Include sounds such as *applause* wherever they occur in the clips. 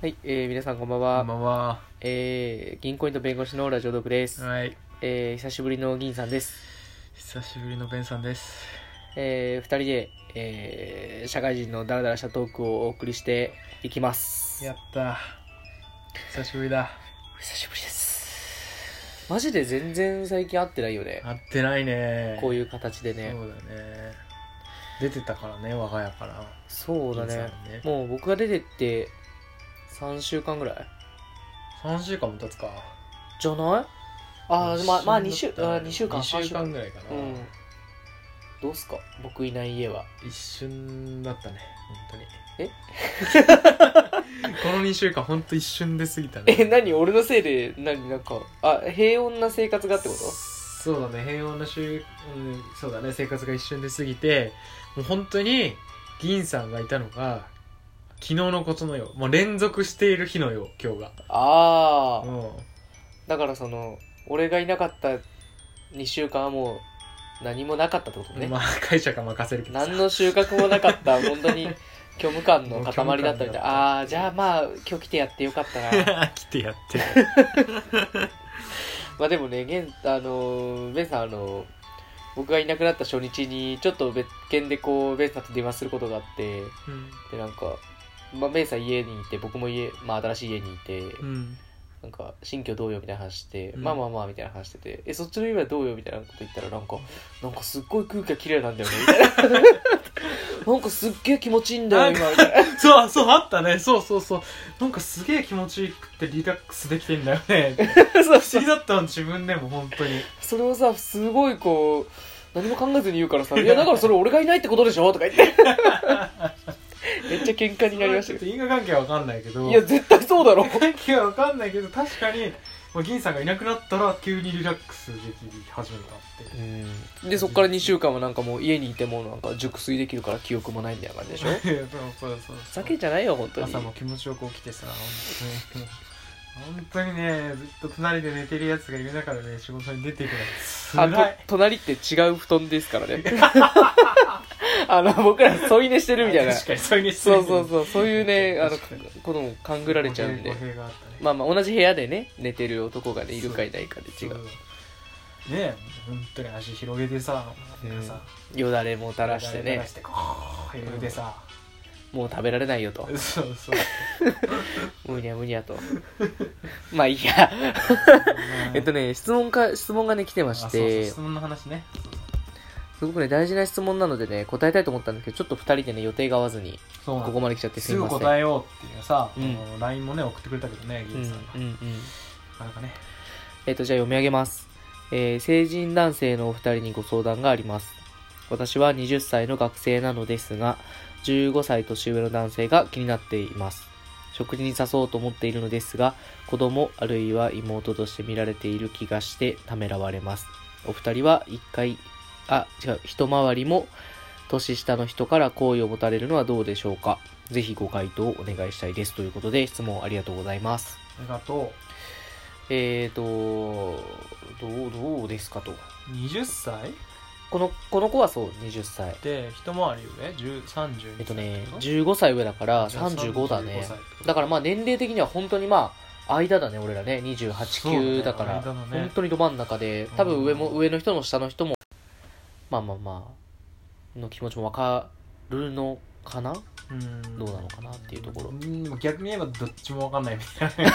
はい、えー、皆さんこんばんは。こんばんは。えー、銀行員と弁護士のラジオドクです。はい。えー、久しぶりの銀さんです。久しぶりのベンさんです。えー、二人で、えー、社会人のダラダラしたトークをお送りしていきます。やった。久しぶりだ。久しぶりです。マジで全然最近会ってないよね。会ってないね。こういういう形でね。そうだね。出てたからね、我が家から。そうだ銀ねさ。んね。もう僕が出てって、3週間ぐらい3週間も経つか。じゃないあー、まあ、まあ、2一週、緒だあったね二週間、二三週間ぐらいかな。うん。どうっすか僕いない家は。一瞬だったね、本当え *laughs* に。この2週間、本当一瞬で過ぎたね。え、何俺のせいで、何なんか、あ、平穏な生活がってことそうだね平穏な週、うん、そうだね生活が一瞬で過ぎてもう本当に銀さんがいたのが昨日のことのようもう連続している日のよう今日がああ、うんだからその、俺がいなかった2週間はもう何もなかったってことね。まあ解釈は任せるけどさ何の収穫もなかった、本当に *laughs* 虚無感のもう塊虚無感だったみたいだったな。ああー、じゃあまあ、今日来てやってよかったな。 *laughs* *laughs* 来てやって *laughs* まあでもね、現、あのー、ベンさん、あのー僕がいなくなった初日に、ちょっと別件でこう、ベンさんと電話することがあって、うん、で、なんか、まあ、ベンさん家にいて、僕も家、まあ、新しい家にいて、うん、なんか、新居どうよみたいな話して、うんまあまあまあみたいな話してて、え、そっちの夢はどうよみたいなこと言ったら、なんか、なんかすっごい空気が綺麗なんだよね、みたい *laughs* な。なんかすっげえ気持ちいいんだよ、今、みたいな。そうそうあったねそうそうそうなんかすげえ気持ちよくてリラックスできてんだよねそう不思議だったの自分でも本当にそれをさ、すごいこう、何も考えずに言うからさ、いや、だからそれ俺がいないってことでしょとか言って。めっちゃ喧嘩になりましちたょっけと因果関係は分かんないけどど。いや、絶対そうだろ。関係は分かんないけど確かに、まあ、銀さんがいなくなったら急にリラックスでき始めたってで、そっから2週間はなんかもう家にいてもなんか熟睡できるから記憶もないみたいな感じでしょいやそう *laughs* そうそうふざけじゃないよ、本当に。朝も気持ちよく起きてさ本当にもう本当にねずっと隣で寝てるやつがいる中でね仕事に出ていくのあつとらい隣って違う布団ですからね *laughs* あの僕ら添い寝してるみたいな確かにそういうそうそうそうそういうねあの確かにことも勘ぐられちゃうんで語弊語弊があったねまあまあ同じ部屋でね寝てる男がねいるかいないかで違そううね本当に足広げてさなんかさよだれも垂らして垂らねしてこう入れてさ、もう食べられないよ *laughs* とそうそうむにゃむにゃ *laughs* とまあいいや *laughs* えっとね質問か質問がね来てましあそうそうて質問の話ねすごくね大事な質問なのでね答えたいと思ったんですけどちょっと2人でね予定が合わずにそうここまで来ちゃってすすいぐません答えようっていうさ、うんあの LINE もね送ってくれたけどねう銀んうさんんが、うんうんなかなかねえっと、じゃあ読み上げます。えー成人男性のお二人にご相談があります。私は20歳の学生なのですが、15歳年上の男性が気になっています。食事に誘おうと思っているのですが、子供あるいは妹として見られている気がしてためらわれます。お二人は一回、あ、違う、一回りも年下の人から好意を持たれるのはどうでしょうかぜひご回答をお願いしたいです。ということで質問ありがとうございます。ありがとえーと、どう、どうですかと。う20歳この、この子はそう、20歳。で一回り上10 32えっとね、歳15歳上だからじゃあ35だ35ね歳って。ことだからまあ年齢的には本当にまあ、間だね、俺らね。28、そうだね9だから、間だね本当にど真ん中で、多分上も、うん上の人も下の人も、まあまあまあ、の気持ちもわかるのか *laughs* なうんどうなのかなっていうところん逆に言えばどっちも分かんないみたい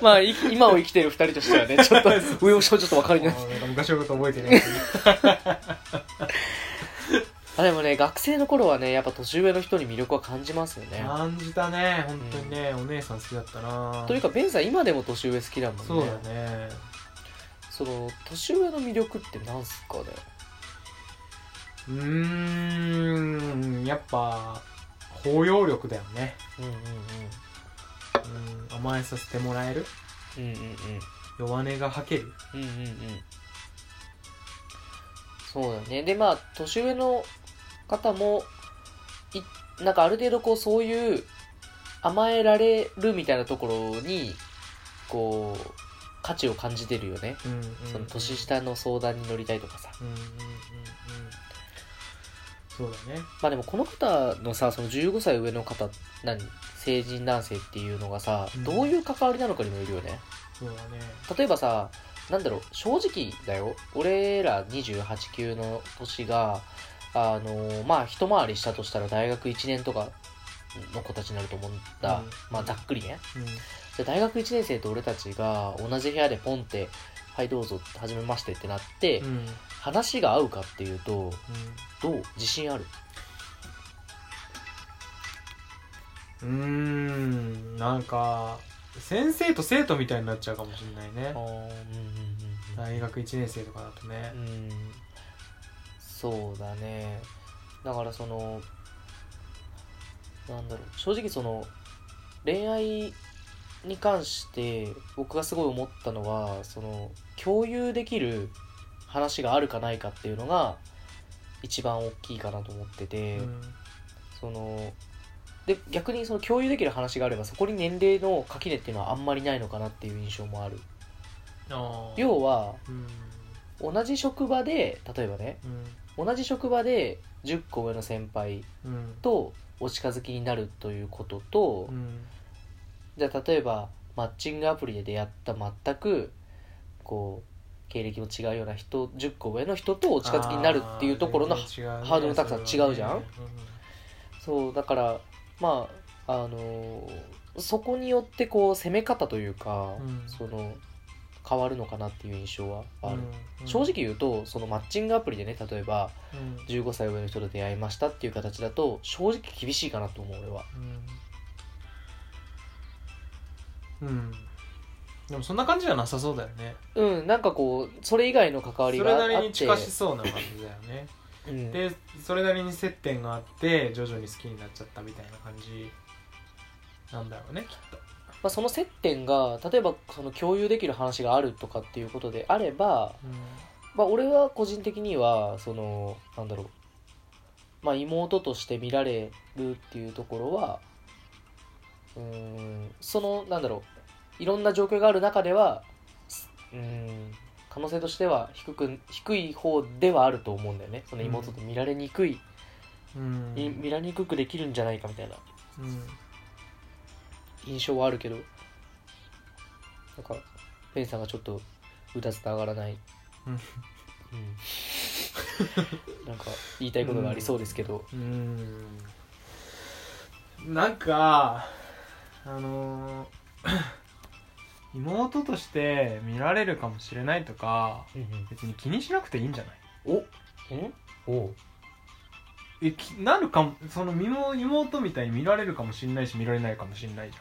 まあ、い今を生きてる二人としてはね、ちょっと、上も下もちょっとわかりなない。なんか昔のこと覚 *laughs* えてないけどあ、でもね、学生の頃はね、やっぱ年上の人に魅力は感じますよね。感じたね本当にね、お姉さん好きだったなというかかベンさん今でも年上好きだもんねそうだねその年上の魅力ってなんすかねうーんやっぱ包容力だよねうんうんうん甘えさせてもらえるうんうんうん弱音が吐けるうんうんうんうんそうだねでまあ年上の方もいなんかある程度こうそういう甘えられるみたいなところにこう価値を感じてるよねうんうんその年下の相談に乗りたいとかさうんうんうんうんそうだねまあでもこの方のさその15歳上の方何成人男性っていうのがさ、うんどういう関わりなのかにもよるよねそうだね例えばさなんだろう正直だよ俺ら28級の年があのーまあ一回りしたとしたら大学1年とかの子たちになると思うんだ、うんまあざっくりねうんで大学1年生と俺たちが同じ部屋でポンって「はいどうぞ」って「はじめまして」ってなって、うんうん話が合うかっていうとどう自信あるうーんなんか先生と生徒みたいになっちゃうかもしれないね大学1年生とかだとねうんそうだねだからそのなんだろう正直その恋愛に関して僕がすごい思ったのはその共有できる話があるかないかっていうのが一番大きいかなと思ってて、うんそので逆にその共有できる話があればそこに年齢の垣根っていうのはあんまりないのかなっていう印象もあるあー要はうん同じ職場で例えばねうん同じ職場で10個上の先輩うんとお近づきになるということと、うんじゃあ例えばマッチングアプリで出会った全くこう経歴も違うような人10個上の人とお近づきになるっていうところのあー全然違うねハードルの高さそれはね違うじゃんうんそうだからまああのーそこによってこう攻め方というか、うんその変わるのかなっていう印象はある、うん正直言うとそのマッチングアプリでね例えばうん15歳上の人と出会いましたっていう形だと正直厳しいかなと思う俺はうん、うん、でもそんな感じじゃなさそうだよねうんなんかこうそれ以外の関わそりれがあっなてりに近しそうな感じだよねうんでそれなりに接点があって徐々に好きになっちゃったみたいな感じなんだろうねきっとまあ、その接点が例えばその共有できる話があるとかっていうことであれば、まあ、俺は個人的にはそのなんだろう、まあ、妹として見られるっていうところはうーんそのなんだろういろんな状況がある中ではすうーん可能性としては低く低い方ではあると思うんだよねその妹と見られにくい、うん、い見られにくくできるんじゃないかみたいなうん印象はあるけどなんかペンさんがちょっとうだつと上がらない、うんうんなんか言いたいことがありそうですけど、うーんなんかあのー *coughs* 妹として見られるかもしれないとか別に気にしなくていいんじゃないおんおうえきなるかもその妹妹みたいに見られるかもしれないし見られないかもしれないじ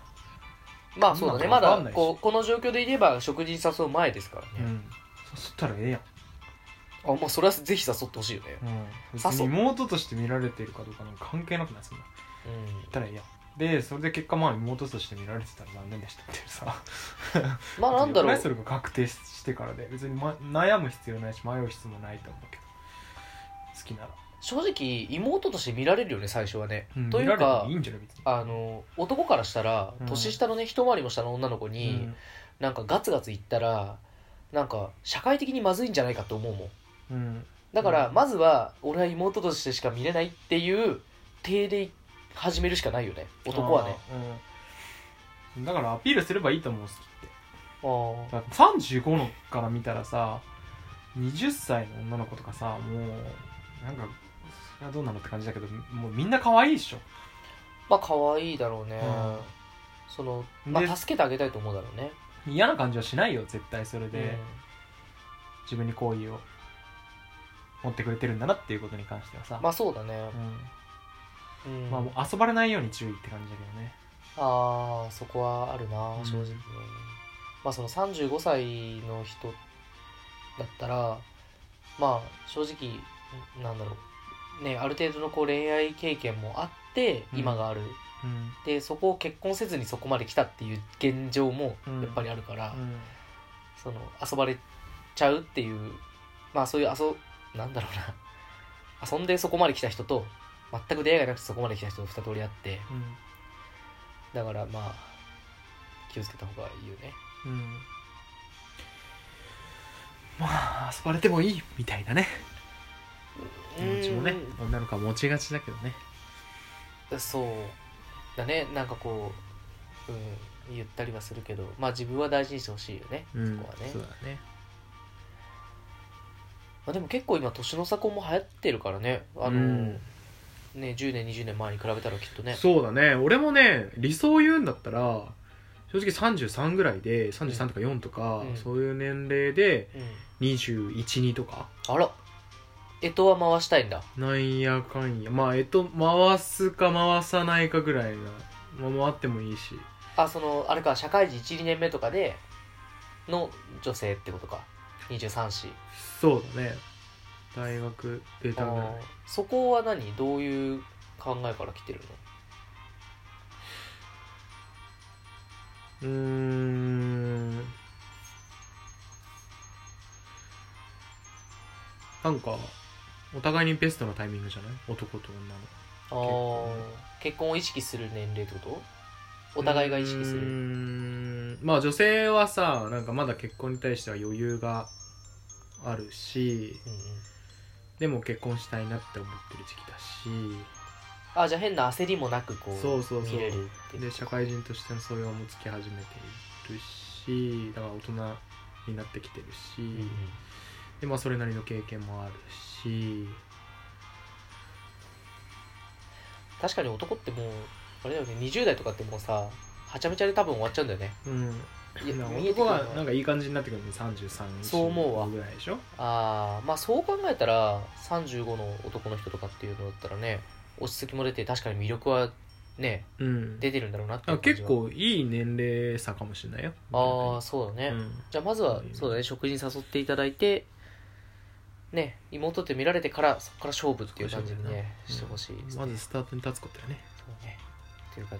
まあそうだねままだわかだんないしこうこの状況でいれば食事に誘う前ですからゃん、うね、ん、そったらええやん、あまあそれはぜひ誘ってほしいよね、うん、別さそに妹として見られてるかどうかなんか関係なくないそんな言ったらええやんでそれで結果まあ妹として見られてたら残念でしたっていうさまあなんだろうよくないそれが確定してからで別に、ま、悩む必要ないし迷う必要もないと思うけど好きなら、正直妹として見られるよね最初はね、うん、とい見らうれてかもいいんじゃない別にあの男からしたらうん年下のね一回りも下の女の子に、なんかガツガツ言ったらなんか社会的にまずいんじゃないかと思うもんうん、うんだからうんまずは俺は妹としてしか見れないっていう体で始めるしかないよね男はねあーうんだからアピールすればいいと思う好きってあーだから35のから見たらさ20歳の女の子とかさもうなんかそれはどうなのって感じだけどもうみんな可愛いでしょ、まあ可愛いだろうね、うそのまであ助けてあげたいと思うだろうねん、嫌な感じはしないよ絶対それで、自分に好意を持ってくれてるんだなっていうことに関してはさうんまあそうだね、ううんんまあ、もう遊ばれないように注意って感じだけどねあーそこはあるなうん正直ね、まあその35歳の人だったらまあ正直んなんだろうねある程度のこう恋愛経験もあってうん今がある、うんでそこを結婚せずにそこまで来たっていう現状もうんやっぱりあるから、うんその遊ばれちゃうっていうまあそういう遊なんだろうな遊んでそこまで来た人と全く出会いがなくてそこまで来た人と二通りあって、だからまあ気をつけた方がいいよねうん、うん、まあ遊ばれてもいいみたいなね気持ちもねう女の子は持ちがちだけどねそうだねなんかこう、うん、言ったりはするけどまあ自分は大事にしてほしいよね、うんそこはねそうだねまあ、でも結構今年の差婚も流行ってるからねあの、うんね10年20年前に比べたらきっとねそうだね俺もね理想を言うんだったら正直33ぐらいで33とか4とか、うんそういう年齢でうん、 212とかあら干支は回したいんだなんやかんやまあえっと回すか回さないかぐらいな、まあ、回ってもいいしあそのあれか社会人12年目とかでの女性ってことか23子そうだね大学出たぐらいあーそこは何どういう考えから来てるのうーんなんかお互いにベストなタイミングじゃない男と女のあー結婚を意識する年齢ってことお互いが意識すうーるんまあ女性はさなんかまだ結婚に対しては余裕があるしうんうんでも結婚したいなって思ってる時期だしあじゃあ変な焦りもなくこうそうそうそう見れるっていうで社会人としての素養もつき始めているしだから大人になってきてるうし、んうんでまあそれなりの経験もあるし確かに男ってもうあれだよね20代とかってもうさはちゃめちゃで多分終わっちゃうんだよねうんいやなんか見えてく男るのはなんかいい感じになってくるね33そう思うわぐらいでしょああまあそう考えたら35の男の人とかっていうのだったらね落ち着きも出て確かに魅力はねうん出てるんだろうなっていあう感じ結は構いい年齢差かもしれないよああそうだね、うんじゃあまずはそうだね食事に誘っていただいてね妹って見られてからそこから勝負っていう感じにねうんしてほしいですね、まずスタートに立つことだねそうねっていう感じ